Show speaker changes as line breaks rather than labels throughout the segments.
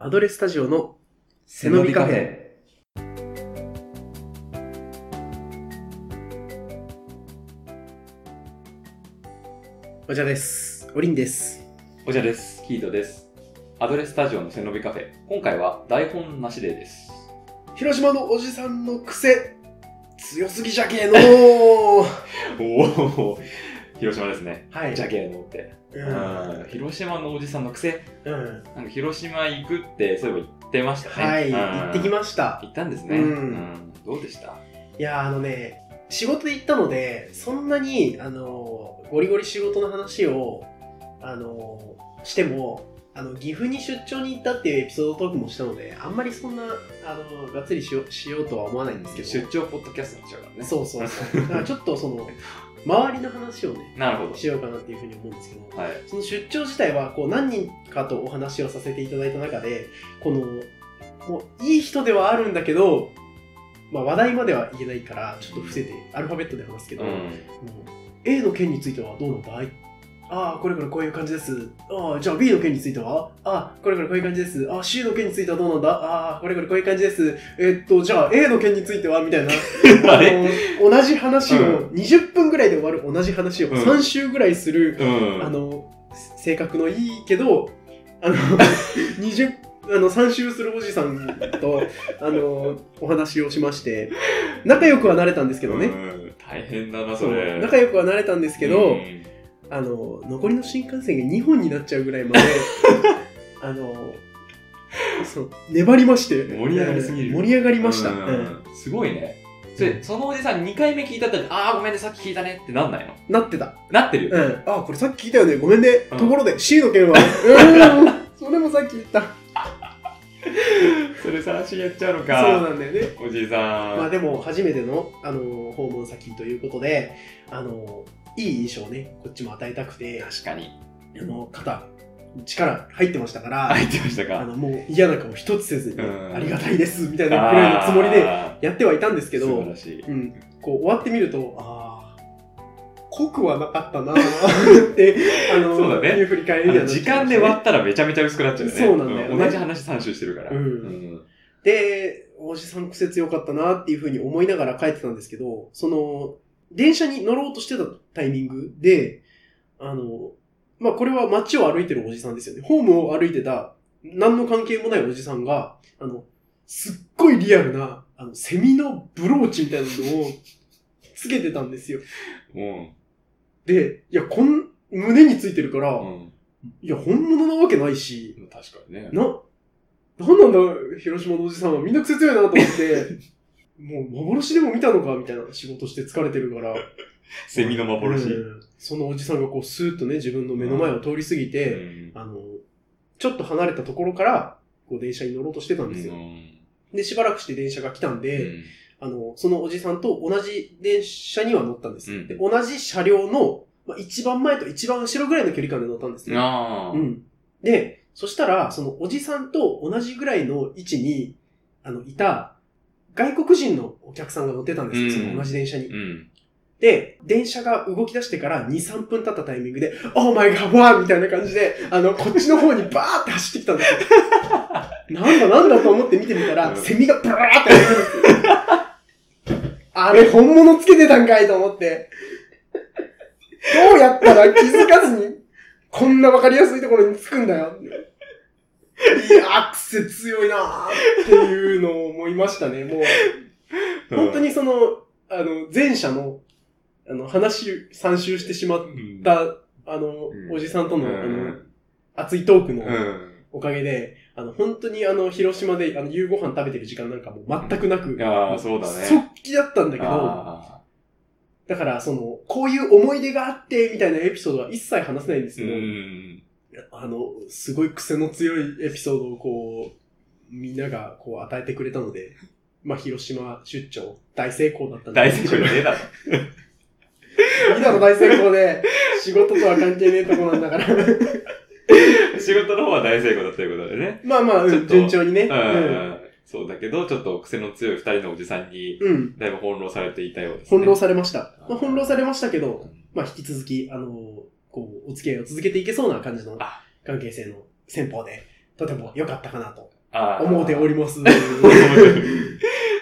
アドレスタジオの背伸びカフェ。お茶です。おりんです。
おじゃです。キートです。アドレススタジオの背伸びカフェ。今回は台本なしでです。
広島のおじさんの癖、強すぎじゃけえのー
おお、広島ですね。
はい。
じゃけえのって。
うん。
うん広島のおじさんの癖。
うん。
なんか広島行くって、そういえば言ってましたね。
はい、
うん
行ってきました。
行ったんですね。
う
うんん。どうでした
いやー、あのね、仕事で行ったので、そんなに、あのー、ゴリゴリ仕事の話を、あのー、しても、あの、岐阜に出張に行ったっていうエピソードトークもしたので、あんまりそんな、あのー、がっつりしようしようとは思わないんですけど。
出張ポッドキャストにしようからね。
そうそうそう。だからちょっとその、周りの話をね、
なるほ
しようかなっていうふうに思うんですけど、
ど。はい。
その出張自体はこう何人かとお話をさせていただいた中で、この、もういい人ではあるんだけど、まあ話題までは言えないから、ちょっと伏せて、アルファベットで話すけど、
う。
もうん A の件についてはどうなんだいああ、これこれこういう感じです。ああ、じゃあ B の件についてはああ、これこれこういう感じです。ああ、C の件についてはどうなんだああ、これこれこういう感じです。えっと、じゃあ A の件についてはみたいな。
あ
あ
れ
の同じ話を、
うん
20分ぐらいで終わる同じ話を
うん
3周ぐらいする、
う ん。
あの性格のいいけど あの20あの3周するおじさんとあのお話をしまして仲良くはなれたんですけどね、
うん大変だな、
そ
そうれ。
仲良くはなれたんですけど、
うん
あの残りの新幹線が2本になっちゃうぐらいまで あのそう粘りまして
盛り上がりすぎる
盛り上がりました、
うん
うん
すごいねそれそのおじさん2回目聞いたったら「ああごめんねさっき聞いたね」ってなんないの
なってた
なってるよ、
うん、あこれさっき聞いたよねごめんね、
うん
ところで C の件はうーん それもさっき言った
それさしやっちゃうの
そう
か
なんだよね
おじいさん、
まあでも初めての、あのー訪問先ということで、あのーいい印象をねこっちも与えたくて、
確かに
あの肩力入ってましたから、
入ってました
あ
か
のもう嫌な顔一つせずに、
うん
ありがたいですみたいなくらいのつもりで
あー
やってはいたんですけ
素
ど
晴、らしい
うん、こう終わってみるとああ濃くはなかったなーって、あのー
そうだね
いう振り返
あ
りには
の
なっちゃいまし
時
たね
間で割ったらめちゃめちゃ薄くなっちゃうよね
そうなんだよね
同じ話3周してるから、
うん
うん
で、おじさん癖強かったなっていうふうに思いながら帰ってたんですけど、その、電車に乗ろうとしてたタイミングで、あの、まあ、これは街を歩いてるおじさんですよね。ホームを歩いてた、何の関係もないおじさんが、あの、すっごいリアルな、あの、セミのブローチみたいなのをつけてたんですよ。
うん
で、いや、こん、胸についてるから、
うん
いや、本物なわけないし、
確かにね
な、なんなんだ、広島のおじさんはみんな癖強いなと思 って、もう幻でも見たのかみたいな仕事して疲れてるから。
セミの幻、
うんそのおじさんがこうスーッとね、自分の目の前を通り過ぎ
う
て、
ん
あの、ちょっと離れたところから、こう電車に乗ろうとしてたんですよ。で、しばらくして電車が来たん
う
で、
ん
あの、そのおじさんと同じ電車には乗ったんですよ。
うん
で、同じ車両の、まあ、一番前と一番後ろぐらいの距離感で乗ったんですよ。
ああ、
うん。で、そしたら、そのおじさんと同じぐらいの位置に、あの、いた外国人のお客さんが乗ってたんですよ、
うん
その同じ電車に。
うん
で、電車が動き出してから2、3分経ったタイミングで、オーマイガーわーみたいな感じで、あの、こっちの方にバーって走ってきたんですよ。 なんだなんだと思って見てみたら、
うん
セミがブラーって走ってくるんですよ。あれ、本物つけてたんかいと思って。どうやったら気づかずに、こんなわかりやすいところにつくんだよ。いや、癖強いなーっていうのを思いましたね、もう。本当にその、あの、前者の、あの、話、参集してしまっ
うん
た、あの
う、ん
おじさんとの、
う
あの、
ん
熱いトーク
う
の
ん
おかげで、あの、本当にあの、広島で、あの、夕ご飯食べてる時間なんかもう全くなく、
いやーそうだね
即帰だったんだけど、
あ
だから、その、こういう思い出があって、みたいなエピソードは一切話せないんです
ー
け
う
ど、
ん
あの、すごい癖の強いエピソードをこう、みんながこう与えてくれたので、まあ、広島出張、大成功だったん
大
です
成功じゃねえだろ
いいだろ、大成功で。仕事とは関係ねえとこなんだから。
仕事の方は大成功だということでね。
まあまあ、う
ちょっ
ん、
と
順調にね。う。
うんん。そうだけど、ちょっと癖の強い二人のおじさんに、
うん。
だいぶ翻弄されていたようです、ね。
翻弄されました。
あー
まあ、翻弄されましたけど、
うん
まあ、引き続き、あのーこう、お付き合いを続けていけそうな感じの
あ
関係性の戦法で、とても良かったかなと
あー
思うており ます。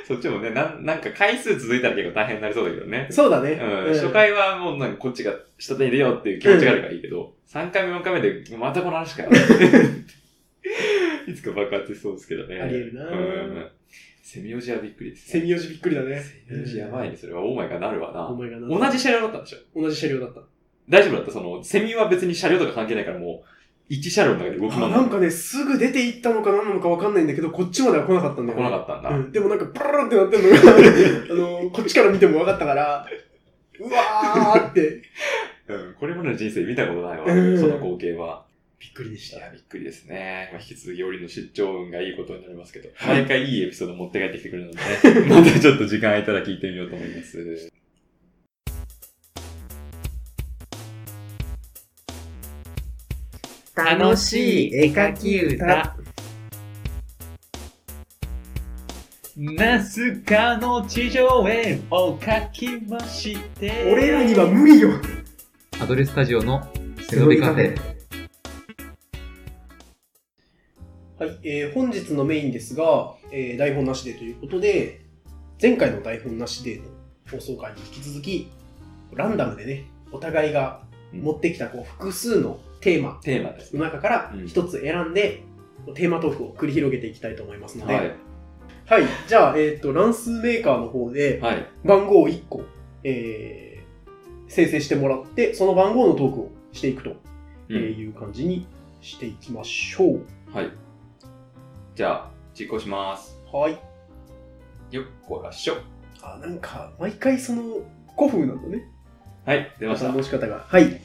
そっちもねなん、なんか回数続いたら結構大変になりそうだけどね。
そうだね。
うん、
うん
初回はもうなんかこっちが下手に出ようっていう気持ちがあるからいいけど、3回目4回目でまたこの話 かよ。いつか爆発しそうですけどね。
ありえるな
うん。セミオジはびっくりです、
セ
ね。
ミヨジびっくりだね。
セミオジやばいね。それはオーマイがなるわ
お
な。
前がな。
同じ車両だったんでしょ
同じ車両だった。
大丈夫だったその、セミは別に車両とか関係ないからもう、1車両の中で動
あ
き回
なん
る。
かね、すぐ出て行ったのか何なのかわかんないんだけど、こっちまでは来なかったんだよ、
来
ね。
なかったんだ。
うん、でもなんかブルルンってなって んのが、あの、こっちから見ても分かったから、うわーって、
うん、これまでの人生見たことないわ、
うん
その光景は。
びっくりでし
い
た。
や、びっくりですね。まあ、引き続き、折の出張運がいいことになりますけど、毎回いいエピソード持って帰ってきてくれるので、 ね、またちょっと時間空いたら聞いてみようと思います。
楽しい絵描き歌。ナスカの地上絵を描きまして
俺らには無理よ。
アドレスタジオの背
伸
伸
び
び
カ
カ
フ
フ
ェ
ェ
はい、えー本日のメインですが、えー台本なしでということで、前回の台本なしでの放送回に引き続き、ランダムでね、お互いが持ってきたこう複数のテーマ
テーマです。
の中から
うん
一つ選んで、テーマトークを繰り広げていきたいと思いますので、
は
はい、
い。
じゃあ、えっ、と、乱数メーカーの方で、
はい。
番号を1個、えー生成してもらって、その番号のトークをしていくと
うん
いう感じにしていきましょう。
はい。じゃあ、実行します。
はい。
よっこらしょ。
あ、なんか、毎回その、古風なんだね。
はい、出ました。
の仕方が。はい。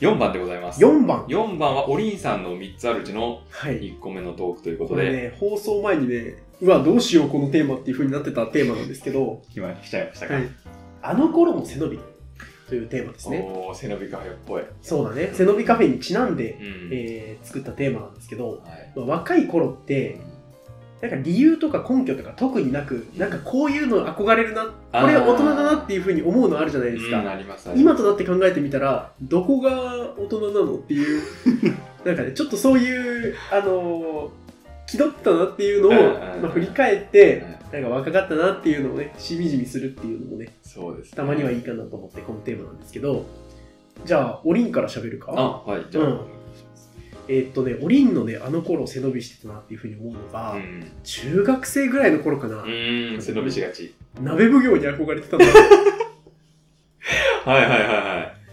4番でございます。
4番。
4番は、おりんさんの3つあるうちの
はい。
1個目のトークというこ
こと
で、
れね、放送前にね、うわ、どうしよう、このテーマっていう風になってたテーマなんですけど、
今来ちゃいました
はいあの頃も背伸びというテーマですね。
おー、背伸びカフェっぽい。
そうだね。背伸びカフェにちなんで、
うん。
えー作ったテーマなんですけど、
はい。
まあ若い頃って、なんか理由とか根拠とか特になく、なんかこういうの憧れるな、
あー
これ大人だなっていうふうに思うのあるじゃないです
うん
か。
あります。
今となって考えてみたら、どこが大人なのって いう、なんかね、ちょっとそういう、あのー気取ったなっていうのを、
うん
まあ振り返っ
う
て、
ん
なんか若かったなっていうのをね、しみじみするっていうのもね、
そうですね。
たまにはいいかなと思ってこのテーマなんですけど、じゃあ、おりんから喋るか。
あ、はい、じゃあ。
うんえーっとね、おりんのね、あの頃背伸びしてたなっていうふうに思うのが、
うん
中学生ぐらいの頃かな。
うーん、背伸びしがち。
鍋奉行に憧れて たんだよ。
はいはいはいはい。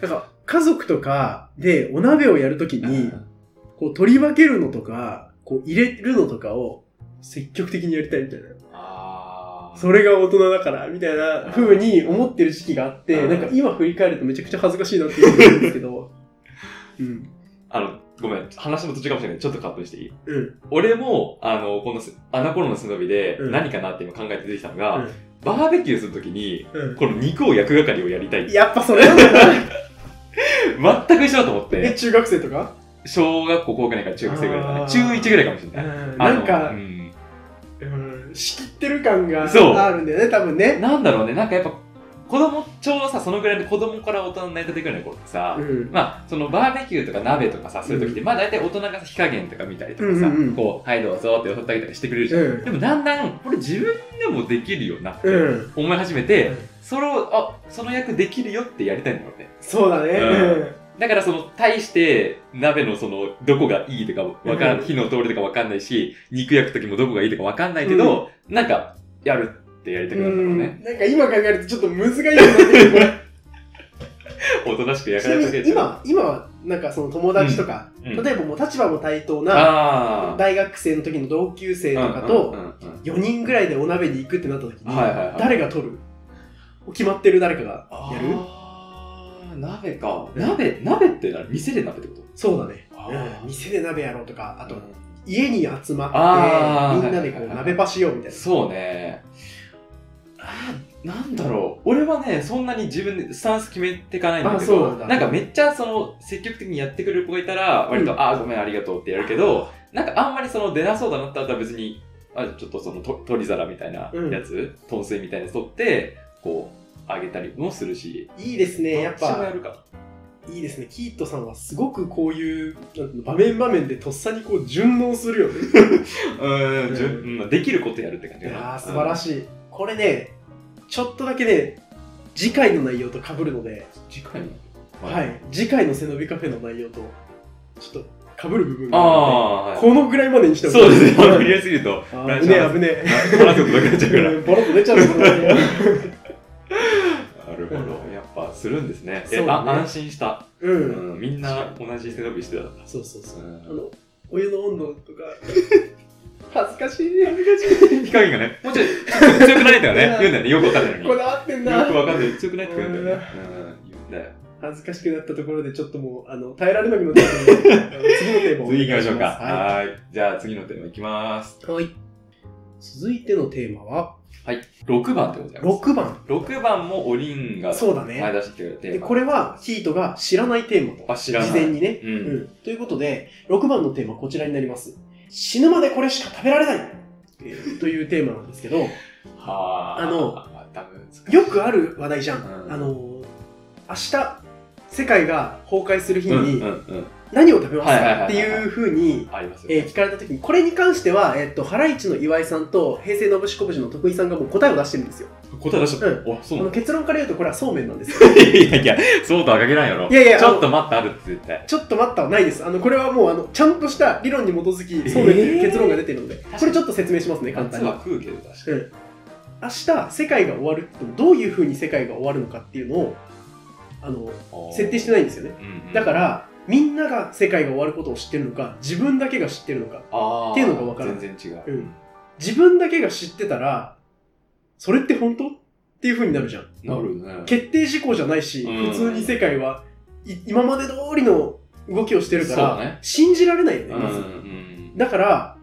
なんか、家族とかでお鍋をやるときに、こう取り分けるのとか、こう入れるのとかを積極的にやりたいみたいな。
あー
それが大人だから、みたいな風に思ってる時期があって、
うん
なんか今振り返るとめちゃくちゃ恥ずかしいなって思うんですけ ど。うん。
あの、ごめん、話の途中かもしれないけど、ちょっとカットしていい
うん。
俺も、あの、このす、あの頃の背伸びで、
うん
何かなって今考えて出てきたのが、
うん
バーベキューするときに、
うん。
この肉を焼く係をやりたい。
やっぱそれなんだ な。
全く一緒だと思っ
え、
て、
中学生とか
小学校高学年から中学生ぐらいか
あ
な。
ー
中1ぐらいかもしれない。あ
な
の
んか
う、ん
うん仕切ってる感が
そう
あるんだよね、多分ね。
なんだろうね、なんかやっぱ、子供、ちょうどさ、そのぐらいで子供から大人になりたてぐらいの頃ってさ、
うん。
まあ、そのバーベキューとか鍋とかさ、そういう時って、
う
まあ大体大人がさ火加減とか見たりとか
うん
さ、
うんうん
こう、はいどうぞって襲ってあげたりしてくれるじゃん。
うん
でもだんだん、これ自分でもできるようになって、
うん。
思い始めて、それを、あ、その役できるよってやりたいんだろうね。
そうだね。
うん
うん
だからその、対して、鍋のその、どこがいいとかわから
うん
ん、火の通りとかわかんないし、肉焼く時もどこがいいとかわかんないけど、なんか、やるってやりたくなったのね。
うんなんか今考えるとちょっと難しいなってきてこれ
おとなしく焼
ち
かれ
な
て
みに今今はなんかその友達とか、
うんうん
例えばもう立場も対等な
ああ。
大学生の時の同級生とか
う
と
んうんうん
4
うん
人ぐらいでお鍋に行くってなった時に
はいはいはい
誰が取る決まってる誰かがやる
あー鍋か。
うん
鍋、鍋って何店で鍋ってこと
そうだね
あー
うん店で鍋やろうとかあ
あ
と家に集まっ
あ
て
ー
みんなでこ
は
う
いはいはい
鍋パしようみたいな
そうね。あーなんだろう。俺はね、そんなに自分でスタンス決めていかないんだけ
あそう
ど、
なんだ
なんかめっちゃその積極的にやってくれる子がいたら、割と、
う
ああ、ごめん、ありがとうってやるけど、なんかあんまりその出なそうだなってあったら別に、あちょっとそのと取り皿みたいなやつ、豚水みたいなやつ取って、こう、あげたりもするし、
いいですねやっ
どちもや
ぱ
るか。
いいですね。キートさんはすごくこういう、なんていうの場面場面でとっさにこう順応するよね。
うんじゅうん、できることやるって感
い
じかな
やー、素晴らしい。これね、ちょっとだけね、次回の内容と被るので、
次回の
はい、次回の背伸びカフェの内容と、ちょっと被る部分
あ
があ
あ、
るの
は
で、
い
このぐらいまでにして
そうですね
ね。
分かりやすいと
あー危ねえ、危ねえ。
話すことなくなっちゃうから
ボロッと出ちゃうから ね。
なるほどやっぱするんですね
そうだ
え
ね
あ安心した、
う。
うんん、みんな同じ背伸びしてた
そうそうそう。あ
うん
の、お湯の温度とか、 恥ずかしいね。
火加減がね もうちょい強くないんだよね言うんだよねよくわかんないのに
こ
よ
だわってん
く
な。
わかんない強くないって言うんだよねうん言うんだよ
恥ずかしくなったところで、ちょっともう、あの、耐えられなくなっちゃったので、次のテーマをお願
次
い
行きま
し
しょうか。
ますは
はい。じゃあ次のテーマいきます。
い。はい。続いてのテーマは、
はい。6番でございます。
6番。
6番もおりんが、
そうだ
はい、
ね。
出してきてくれたテ
で、
ーマ。
これは、ヒートが知らないテーマと。
あ、知らない。
事前にね。
うん
うん。ということで、6番のテーマはこちらになります。死ぬまでこれしか食べられないえーというテーマなんですけど、
はあ。
あの
また難しい、
よくある話題じゃん、
うん
あのー明日世界が崩壊する日
うんうん
に
うん。
何を食べます
はいはい
か
はい
っていうふうに、
ありますよ
えー
ね。
聞かれた時にこれに関しては、えっとハライチの岩井さんと平成のぶしこぶしの徳井さんがもう答えを出してるんですよ
答え出しちゃった。お、
こ
そうな
の
の
結論から言うとこれはそうめんなんですよ
いやいや、そうとは限らんやろ。
いやいや
ちょっと待ってあるって絶対。
ちょっと待ったはないですあのこれはもうあのちゃんとした理論に基づきそうめんという結論が出てるので、これちょっと説明しますね簡単
夏
に
は食うけど確か
うん明日世界が終わるってどういうふうに世界が終わるのかっていうのをあの
に。
設定してないんですよね
うんうん。、
だからら、みんなが世界が終わることを知ってるのか、自分だけが知ってるのか。
あー
っていうのがわからない
全然違う。
うん自分だけが知ってたら、それって本当っていう風になるじゃん。
なるね。
決定事項じゃないし、
うん
普通に世界はい今まで通りの動きをしてるか
そうね
ら、信じられないよね、
うんう
まず。
ん。
だから、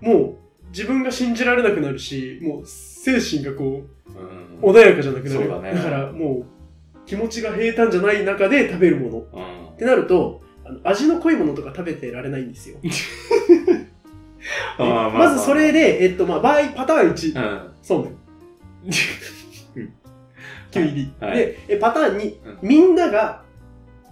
もう自分が信じられなくなるし、もう精神がこ
うん
う、穏やかじゃなくなる。
そうだね
からもう、気持ちが平坦じゃない中で食べるもの。
うん
ってなるとあの味の濃いものとか食べてられないんですよ
あーああ
まずそれ、で、えっとまあ、場合パターン1、
うん。
そう めん9入り、
はい
でえパターン2、
うん
みんなが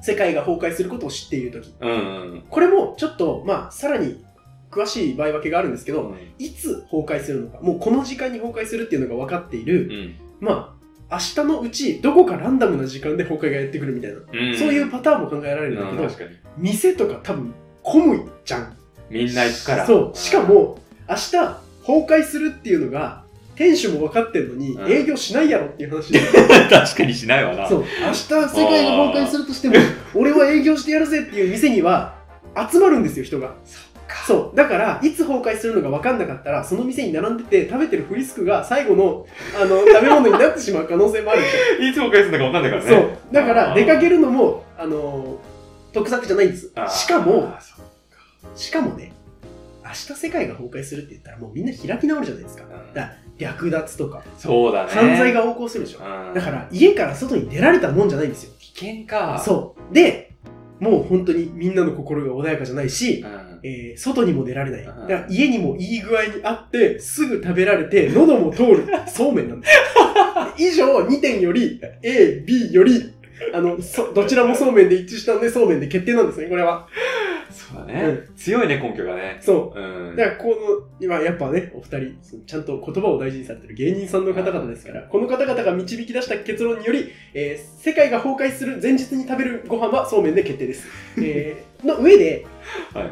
世界が崩壊することを知っている時
うんうん
これもちょっと、まあ、さらに詳しい場合分けがあるんですけ
う
ど
ん。
いつ崩壊するのかもうこの時間に崩壊するっていうのが分かっている、まあ明日のうちどこかランダムな時間で崩壊がやってくるみたいな、
うん。
そういうパターンも考えられるんだ
う
け
ん
ど、
確かに。
店とか多分混むじゃん
みんな行くから。
そうしか、も明日崩壊するっていうのが店主も分かってるのに、
うん
営業しないやろっていう 話で
確かにしないわな。
そう明日世界が崩壊するとしても 俺は営業してやるぜっていう店には集まるんですよ人がそうだからいつ崩壊するのか分かんなかったらその店に並んでて食べてるフリスクが最後のあの食べ物になってしまう可能性もある
いつ崩壊するのか分かんないからね。
そうだか
あ
ら
ー
出かけるのもあの得策じゃないんです
あー
しかも、
そう
しかもね、明日世界が崩壊するって言ったらもうみんな開き直るじゃないですか。
うん
だ略奪とか、
そうだね。
犯罪が横行するでしょ。
うん。
だから家から外に出られたもんじゃないんですよ。
危険か。
そう。で、もう本当にみんなの心が穏やかじゃないし、
うん。
えー外にも出られない。だ
うん
から家にもいい具合にあって、すぐ食べられて、喉も通る。そうめんなんですよ。以上、2点より、A、B より、あの、そどちらもそうめんで一致したんで、そうめんで決定なんですね、これは。
そうだね。強いね、根拠がね。
そう。
うん。
だからこの今やっぱねお二人そのちゃんと言葉を大事にされてる芸人さんの方々ですからこの方々が導き出した結論により、えー世界が崩壊する前日に食べるご飯はそうめんで決定です、えーの上で、
はいは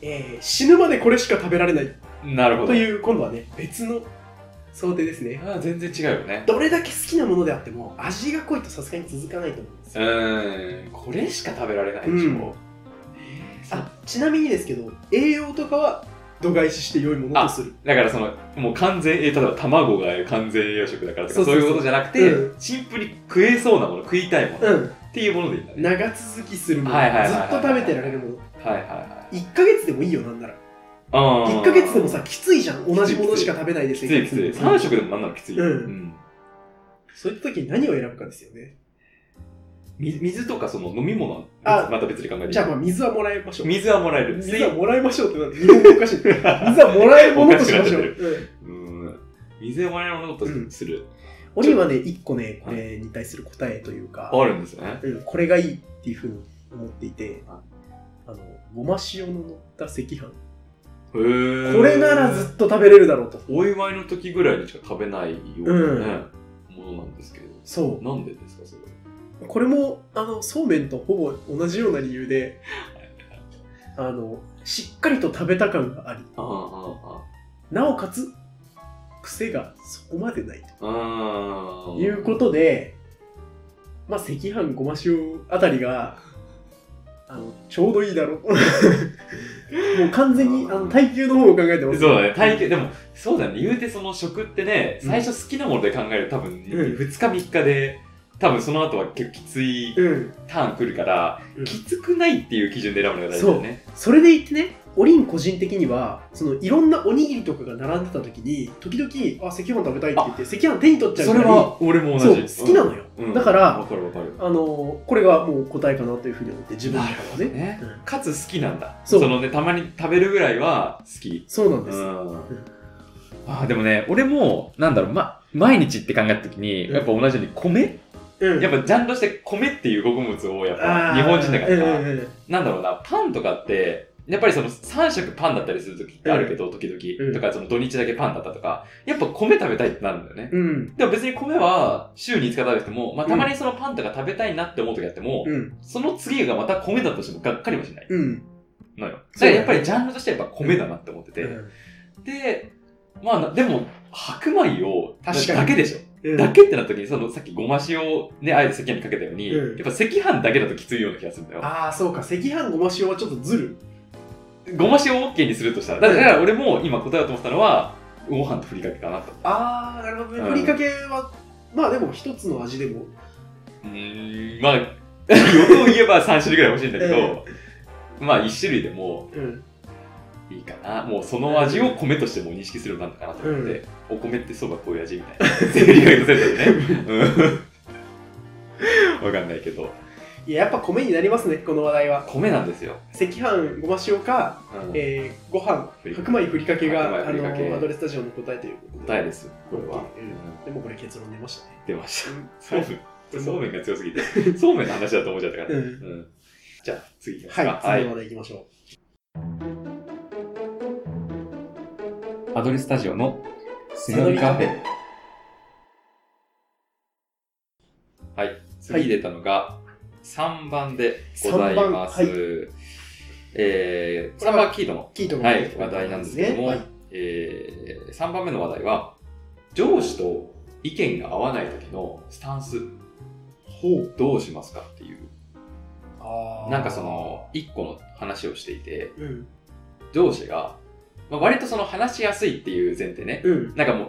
えー死ぬまでこれしか食べられない
い。なるほど。
という今度はね別の想定ですね
あー全然違うよね。
どれだけ好きなものであっても味が濃いとさすがに続かないと思うんですよ
うん。これしか食べられないでしょ。えーそう
あちなみにですけど栄養とかは度外視して良いものとする
だからその、もう完全、えー例えば卵が完全栄養食だからと
そ
か、
うそう
そう
そう
いうことじゃなくて
う、
シンプルに食えそうなもの、食いたいもの
う
っ
ん
ていうものでいいんだね。
長続きするもの、
はいはいはい
ず
はい
っと食べてられるもの
はいはいはい。
1ヶ月でもいいよなんなら
あー
1ヶ月でもさきついじゃん同じものしか食べないで
き
す
ついきつい。3食でもなんならきつい。
うん
ん
そういった時に何を選ぶかですよね
み水とかその飲み物
あ
はまた別に考えていい
じゃあまあ水はもらいましょう
水はもらえる。
水はもらいましょうってなんで日本語おかしい水 はもらえるものとしましょう、うん
水うん水はもらえるものとする。
俺にはね、一個ね、これに対する答えというか、
あるんですね。
うん、これがいいっていうふうに思っていて、
は
あの、ごま塩の乗った赤飯。
へ
こ
ー
れならずっと食べれるだろうと。
お祝いの時ぐらいにしか食べないようなね、ものなんですけど。
そ
なんでですか、それは。
う。これも、あの、そうめんとほぼ同じような理由で、あの、しっかりと食べた感があり、
ああ、ああ、
なおかつ、癖がそこまでない
ああ。
ということで、まあ、赤飯ごま塩あたりが、あの、ちょうどいいだろう。 もう完全に、あの、耐久の方を考えてます。
そうだね、体験、でも、そうだね、言うてその食ってね、最初好きなもので考えると多分、
うん
2日3日で、多分その後は結構きつい
うん。
ターン来るから、
うん
きつくないっていう基準で選ぶのが大事だよね。
それでいてねおりん個人的にはそのいろんなおにぎりとかが並んでた時に時々あ赤飯食べたいって言って赤飯手に取っちゃう
そ
ぐ
れ
らい
は、俺も
そ
同
う
じ。
好きなのよ、
うん
だか
わ
ら
かるわかる。
あのこれがもう答えかなというふうに思って自分の
なる
中
ほ
で
ど
ね
ね。
うん
かつ好きなんだ。
そ
そうのね、たまに食べるぐらいは好き。
そうなん
う
です、
ん。あーでもね、俺も、なんだろう、ま、毎日って考えたときに、
うん
やっぱ同じように米、
うん
やっぱジャンルとして米っていう穀物を、やっ
あー
ぱ日本人だからさ、
うんうんうん
なんだろうな、パンとかって、やっぱりその3食パンだったりする時ってあるけど、時々、
うん
とかその土日だけパンだったとか、やっぱ米食べたいってなるんだよね。
うん
でも別に米は週に5日食べても、まあたまにそのパンとか食べたいなって思う時あっても、
うん
その次がまた米だとしてもがっかりもしない
うん
のよ。だ
そうだ
から
ね
やっぱりジャンルとしてやっぱ米だなって思ってて。で、まあなでも、白米を
確かに
だけでしょ。
うん
だけってなった時に、そのさっきごま塩をね、あえて赤飯にかけたように、
うん
やっぱ赤飯だけだときついような気がするんだよ。
ああそうか赤飯ごま塩はちょっとずる
ごま塩 OK にするとしたら、だからだから俺も今答えようと思ったのは、ご飯とふりかけかなと。
ああなるほどね
うん
ふりかけはまあでも一つの味でも
うーん、まあ、欲を言えば3種類ぐらい欲しいんだけど、まあ1種類でも
うん
いいかな。もうその味を米としても認識するようになったかなと思って、お米ってそうばこういう味みたいな。 ふりかけとセットでね。 うん。わかんないけど、
いややっぱ米になりますねこの話題は
米なんですよ。
赤飯ごま塩か
うん
えー、ご飯
ふりかけ
白米ふりかけが
白米ふりかけ
あのアドレスタジオの答えということで
答えですよ、これは。
うんでもこれ結論出ましたね
出ました。
うん
そうめ ん。そうめんが強すぎて。そうめんの話だと思っちゃったから。
う
うんん。じゃあ、次行きます
はい
か。
次の話題いきましょ
アドレスタジオの
う、サドリカフェ
はい。次出たのが3番でございます。
三番
えー、
これ
3
は
番キートの、
キートが
はい、話題なんですけども、
はい
えー、3番目の話題は、上司と意見が合わない時のスタンス、
ほう
どうしますかっていう、
あー
なんかその、1個の話をしていて、
うん
上司が、まあ、割とその話しやすいっていう前提ね、
うん
なんかもう、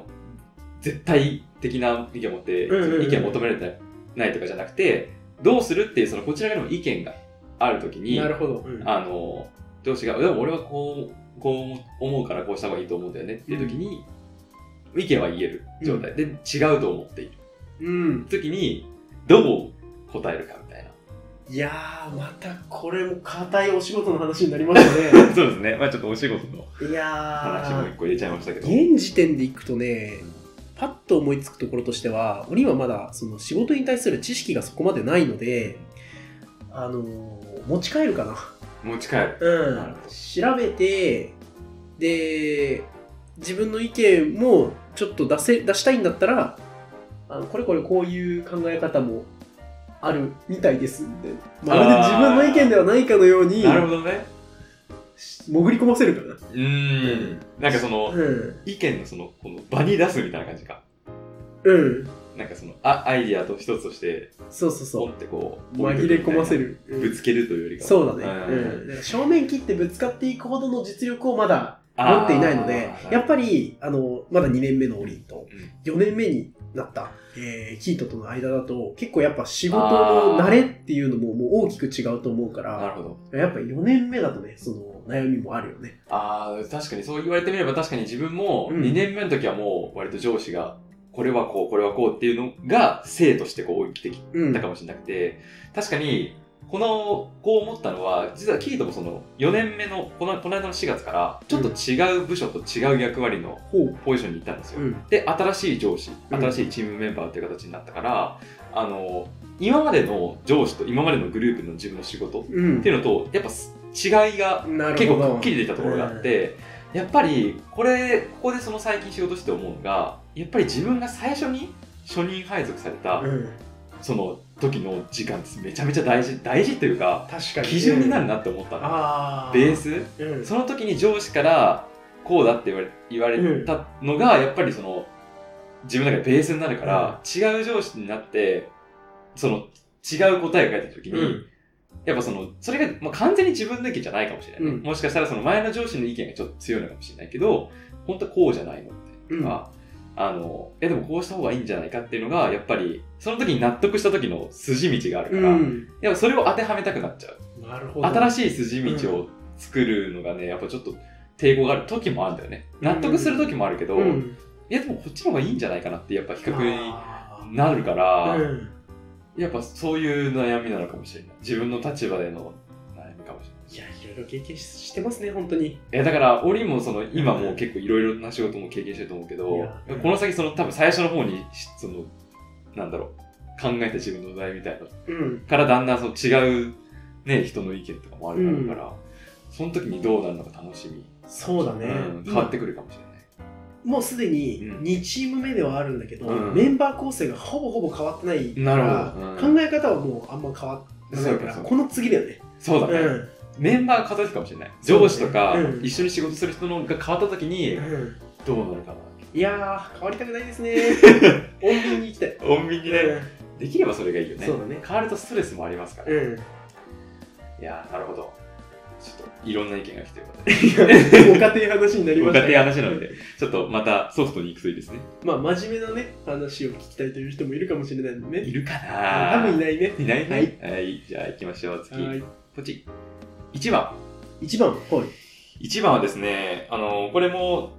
絶対的な意見を持って、
うんうんうん
意見を求められてないとかじゃなくて、どうするっていう、そのこちら側にも意見があるときに、
なるほど、うん
あの、上司が、でも俺はこう、こう思うからこうした方がいいと思うんだよねっていうときに、意見は言える状態、で、違うと思っている
うん
ときに、どう答えるかみたいな。
いやーまたこれも硬いお仕事の話になりました ね
そうですね。まあちょっとお仕事の
いや
話も一
ー
個入れちゃいましたけど。
現時点でいくとねパッと思いつくところとしては俺はまだその仕事に対する知識がそこまでないのであのー持ち帰るかな
持ち帰る。
う
なる
ん
ほ、
調べてで自分の意見もちょっと出せ出したいんだったらあのこれこれこういう考え方もあるみたいですみたいなまるで
あー
自分の意見ではないかのように
なるほどね。
潜り込ませるかな、
うーん。なんかその、
うん
意見のその、この場に出すみたいな感じか。
うん、
なんかその、あアイディアと一つとして、
そうそうそ
ポンってこう、
う紛れ込ませ
る。
る、うん
ぶつけるというよりかは。
そうだね、
ん
うん、だから正面切ってぶつかっていくほどの実力をまだ
あー
持っていないのでやっぱりあのまだ2年目のオリンと
うん
4年目になった、えーキートとの間だと結構やっぱ仕事の慣れっていうのももう大きく違うと思うか
なる
ら
ほど。
やっぱ4年目だとねその悩みもあるよね
ああ、確かにそう言われてみれば確かに自分も、
うん
2年目の時はもう、割と上司が、これはこう、これはこうっていうのが、生としてこう、生きてき
うん
たかもしれなくて、確かに、この、こう思ったのは、実はキートもその、4年目の、このこの間の4月から、ちょっと違う部署と違う役割の
ほう。
ポジションに行ったんですよ。
うん。
で、新しい上司、
うん
新しいチームメンバーという形になったから、あの、今までの上司と今までのグループの自分の仕事っ
うん
て。いうのと、やっぱす違いが
なる
結
ほど。
構くっきり出たところがあって、やっぱりこれここでその最近仕事して思うのがやっぱり自分が最初に初任配属された
うん。
その時の時間ってめちゃめちゃ大事大事というか
確かに。
基準になるなって思ったの
ああ。
ベー。ス
うん。
その時に上司からこうだって言われ言われたのがやっぱりその自分の中でベースになるから違う上司になってその違う答えが返った時に、
うん
やっぱその、それが、まあ、完全に自分の意見じゃないかもしれない、ね
うん
もしかしたらその前の上司の意見がちょっと強いのかもしれないけど、本当はこうじゃないのっていうのが、あの、え、でもこうした方がいいんじゃないかっていうのが、やっぱり、その時に納得した時の筋道があるから、
うん。
やっぱそれを当てはめたくなっちゃう。
なるほど。
新しい筋道を作るのがね、やっぱちょっと抵抗がある時もあるんだよね。納得する時もあるけど、
うん。
いや、でもこっちの方がいいんじゃないかなって、やっぱ比較
あ
になるか
ー
ら、
うん。
やっぱそういう悩みなのかもしれない。自分の立場での悩みかもしれない。
いや、いろいろ経験ししてますね、本当に。
えだから、俺もその今もう結構いろいろな仕事も経験してると思うけど
いや、
この先その多分最初の方に、しその、なんだろう、考えた自分の題みたいなの
うん。
からだんだんその違う、ね、人の意見とかもあるから、その時にどうなるのか楽しみ、
そうだね。
うん、変わ
今
ってくるかもしれない。
もうすでに
うん
2チーム目ではあるんだけど、
うん
メンバー構成がほぼほぼ変わってないから
なるほどうん
考え方はもうあんま変わらないから
そうかそうか
この次だよね、
そうだね、
うん
メンバーが変わった時かもしれない。
そう
上
ね
司とか、
うん
一緒に仕事する人のが変わった時に、どうなるかな。
いやー変わりたくないです ね穏便に行きたい、
穏便にね、できればそれがいいよね。
そうだね
変わるとストレスもありますから。
うんうん
いやー、なるほど。ちょっといろんな意見が来てるので、
ご家庭話になり
ご
まし
家
た
庭話なので、ちょっとまたソフトに行くといいですね。
まあ真面目なね話を聞きたいという人もいるかもしれないんでね
いるかな
多分いないね
いない
は
はい
い、
はい、じゃあ行きましょう。次、
はい
こっち。1番。
一番はい
1番はですね、あの、これも、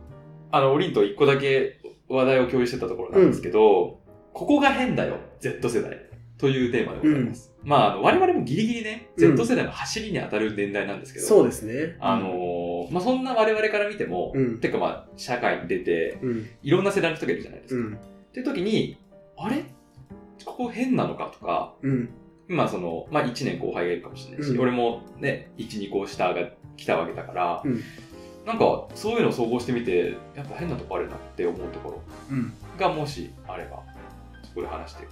あの、おりんと1個だけ話題を共有してたところなんですけど、ここが変だよ、Z 世代。というテーマでございます。まああの、我々もギリギリね、
うん
Z 世代の走りに当たる年代なんですけど、
そうですね
あのーまあ、そんな我々から見ても、
うん
てかまあ、社会に出て、
うん
いろんな世代の人がいるじゃないです
う
か。
ん
っていう時に、あれここ変なのかとか、
うん
今その、まあ1年後輩がいるかもしれないし、
うん
俺もね、1、2個下が来たわけだから、
うん
なんかそういうのを総合してみて、やっぱ変なとこあるなって思うところ
うん
がもしあれば、そこで話して。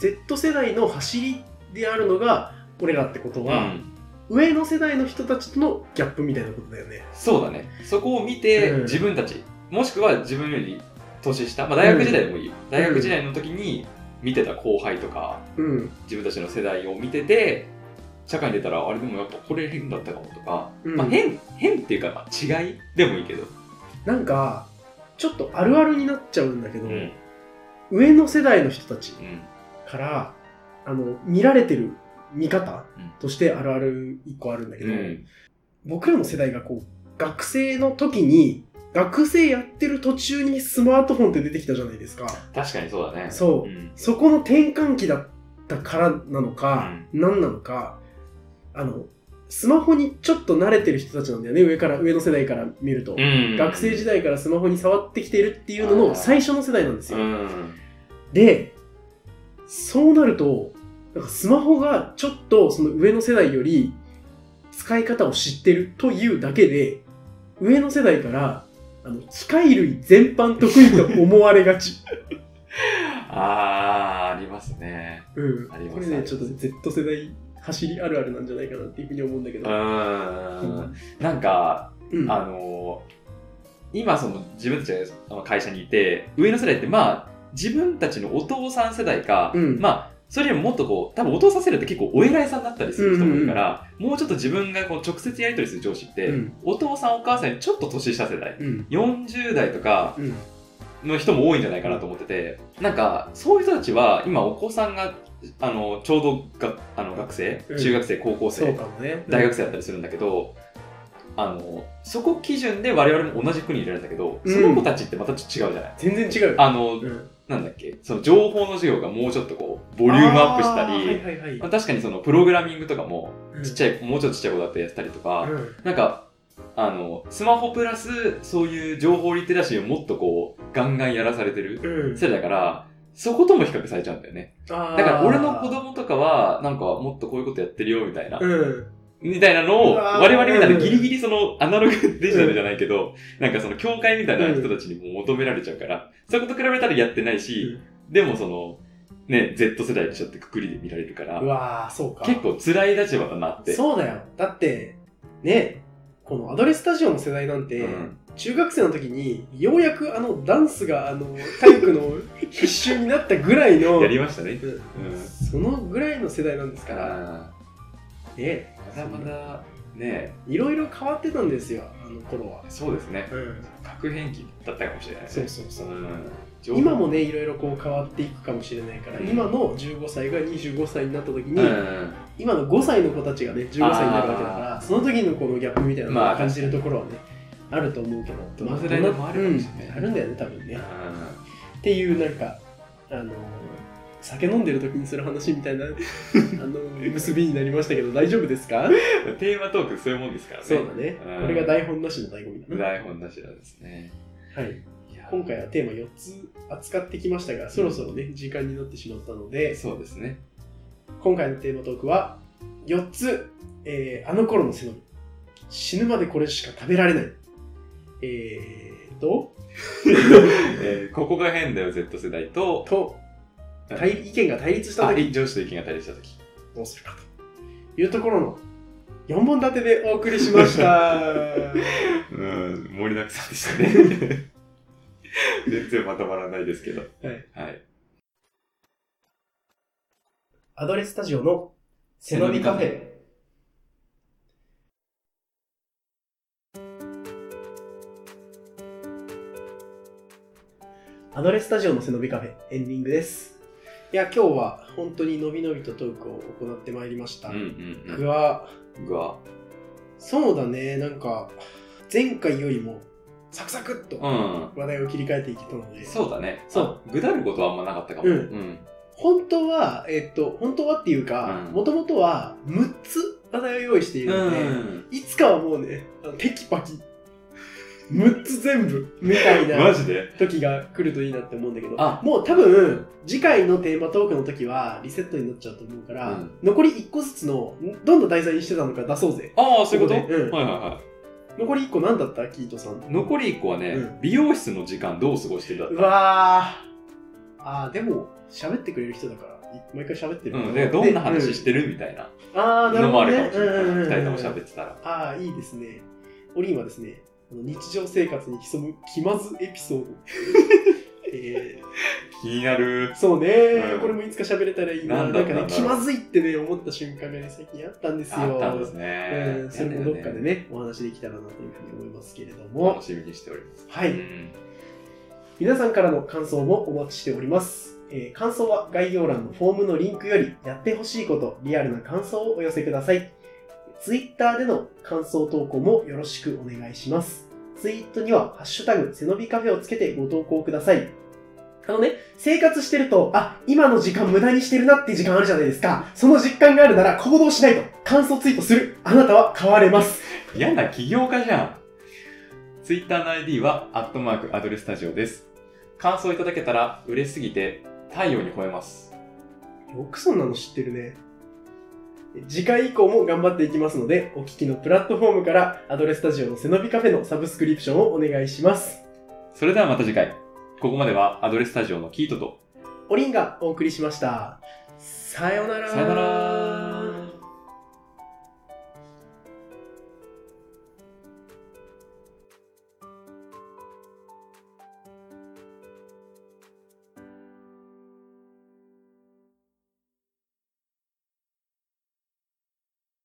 Z 世代の走りであるのが俺らってこと
う
は、
ん、
上の世代の人たちとのギャップみたいなことだよね。
そうだね。そこを見て、
うん
自分たち、もしくは自分より年下、まあ大学時代でもいいよ。大学時代の時に見てた後輩とか、
うん。
自分たちの世代を見てて社会に出たらあれでもやっぱこれ変だったかもとか、
うん
まあ、変変っていうか、まあ、違いでもいいけど、
なんか、ちょっとあるあるになっちゃうんだけど、
うん
上の世代の人たち
うん
から、あの、見られてる見方
うん
としてあるある一個あるんだけ
う
ど、
ん
僕らの世代がこう、学生の時に、学生やってる途中にスマートフォンって出てきたじゃないですか。
確かにそうだね
そうう。
ん
そこの転換期だったからなのか、何なのか、あの、スマホにちょっと慣れてる人たちなんだよね、上から、上の世代から見ると。
うん
学生時代からスマホに触ってきているっていうの
あー
の最初の世代なんですよ。
うん
で、そうなると、なんかスマホがちょっとその上の世代より使い方を知ってるというだけで、上の世代からあの機械類全般得意と思われがち。
あーありますね
うん、
あります
これね、ちょっと Z 世代走りあるあるなんじゃないかなっていうふうに思うんだけ
う
ど。
んなんか、
うん
あのー今その自分たちがあの会社にいて上の世代ってまあ自分たちのお父さん世代か、
うん
まあ、それよりももっとこう、多分お父さん世代って結構お偉いさんだったりする人もいるから、もうちょっと自分がこう直接やり取りする上司って、
うん
お父さんお母さんよりちょっと年下世代、
うん
40代とか
うん
の人も多いんじゃないかなと思ってて、なんか、そういう人たちは今お子さんが、あの、ちょうどがあの学生
う、ん
中学生、高校生、
そうかもね。
大学生だったりするんだけど、あの、そこ基準で我々も同じ国にいられるんだけど、その子たちってまたちょっと違うじゃない、
全然違う。
あの
う、ん
なんだっけ、その情報の授業がもうちょっとこう、ボリュームアップしたり、
はいはいはい
まあ、確かにそのプログラミングとかも、ちっち
ゃい。
ゃい、もうちょっとちっちゃい子だってやってたりとか、
うん
なんか、あの、スマホプラス、そういう情報リテラシーをもっとこう、ガンガンやらされてる
うん。
世代だから、そことも比較されちゃうんだよね。
だ
だから俺の子供とかは、なんかもっとこういうことやってるよ、みたいな。
うん。
みたいなのを、
うわー
我々みたいな
うん
ギリギリそのアナログデジタルじゃないけど、なんかその教会みたいな人たちにも求められちゃうから、そういうこと比べたらやってないし、でもその、ね、Z 世代ってちょっとくくりで見られるから
う、わー、そうか。
結構辛い立場だなって。
そうだよ。だって、ね、このアドレススタジオの世代なんて、
うん
中学生の時にようやくあのダンスがあの体育の必修になったぐらいの
や、りましたね。
うん
うん。
そのぐらいの世代なんですから、
あ
ね、
ーまだまだ、ね、
いろいろ変わってたんですよ、あの頃は。
そうですね。
うん、
核兵器だったかもしれないね。
そうそうそう。
ん
今もね、いろいろこう変わっていくかもしれないから、
うん
今の15歳が25歳になった時に、
うん。
今の5歳の子たちがね、15歳になるわけだから、その時のこのギャップみたいな
ま
の
あ
を感じるところはね、あると思うけど、
どの世代でもあるかもしれない
うんあるんだよね、多分ね。
うん
っていうなんかあのー酒飲んでる時にする話みたいなあの ー結びになりましたけど大丈夫ですか
テーマトークそういうもんですからね。
そうだね、
うん
これが台本なしの醍醐味だな、
台本なしなんですね。
はい、
いや
今回はテーマ4つ扱ってきましたがそろそろね時間になってしまったので
そうですね。
今回のテーマトークは4つ、えーあの頃の背伸び死ぬまでこれしか食べられないえーと
えーここが変だよ Z 世代と、
と対意見が対立した
あ
時
い上司と意見が対立した時。
どうするかというところの4本立てでお送りしま した。は
うん、盛りだくさんで したね。全然まとまらないですけど。
い、
はい。
アドレススタジオの背伸びカフェ。アドレススタジオの背伸びカフェエンディングです。いや、今日は本当にのびのびとトークを行ってまいりました。
うんうん
僕は、
うん。うわ。
そうだね、なんか、前回よりもサクサクっと
うん。
話題を切り替えていけたので、
そうだね。。
そう
ぐだることはあんまなかったかも。
うん
ん。
本当は、えっと、本当はっていうか
うん、
もともとは6つ話題を用意している
う
ので、
ん。
いつかはもうね、あのテキパキ、6つ全部、みたい
マ
な
ジで
時が来るといいなって思うんだけど
あ、
もう多分、次回のテーマトークの時はリセットになっちゃうと思うから、
うん
残り1個ずつの、どんな題材にしてたのか出そうぜ。
ああ、そういうこと
ここでうん
はいはいは
残り1個何だったキートさん。
い。残り1個はね、
うん
美容室の時間どう過ごしてるだっ
う
た。
わー。あー、でも、喋ってくれる人だから、い毎回喋ってるから
うん、でどんな話してるみたいな
ああ、なる
のも
ほ
あ
ど、
る
ね。
かもしれない。
うんうんうん
二人とも喋ってたら。
ああ、いいですね。オリンはですね、あの日常生活に潜む気まずエピソー ド。え
気になる
ー。そうね、
うん
これもいつか喋れたらいいな。
なんだ
なんか
な
ね
ん、だ
気まずいってね、思った瞬間がね、最近あったんですよ。
あったんです
う
ね
ん。それもどっかでね、お話できたらなというふうに思いますけれども
楽、しみにしております。
は
う
い、
ん
皆さんからの感想もお待ちしております。えー感想は概要欄のフォームのリンクより、やってほしいこと、リアルな感想をお寄せください。ツイッターでの感想投稿もよろしくお願いします。ツイートには、ハッシュタグ、背伸びカフェをつけてご投稿ください。あのね、生活してると、あ、今の時間無駄にしてるなっていう時間あるじゃないですか。その実感があるなら行動しないと。感想ツイートする。あなたは変われます。
嫌な起業家じゃん。ツイッターの ID は、アットマークアドレスタジオです。感想いただけたら嬉しすぎて、太陽に吠えます。
よくそんなの知ってるね。次回以降も頑張っていきますので、お聞きのプラットフォームからアドレススタジオの背伸びカフェのサブスクリプションをお願いします。
それではまた次回。ここまではアドレスタジオのキートと、
おりんがお送りしました。さようなら。
さよなら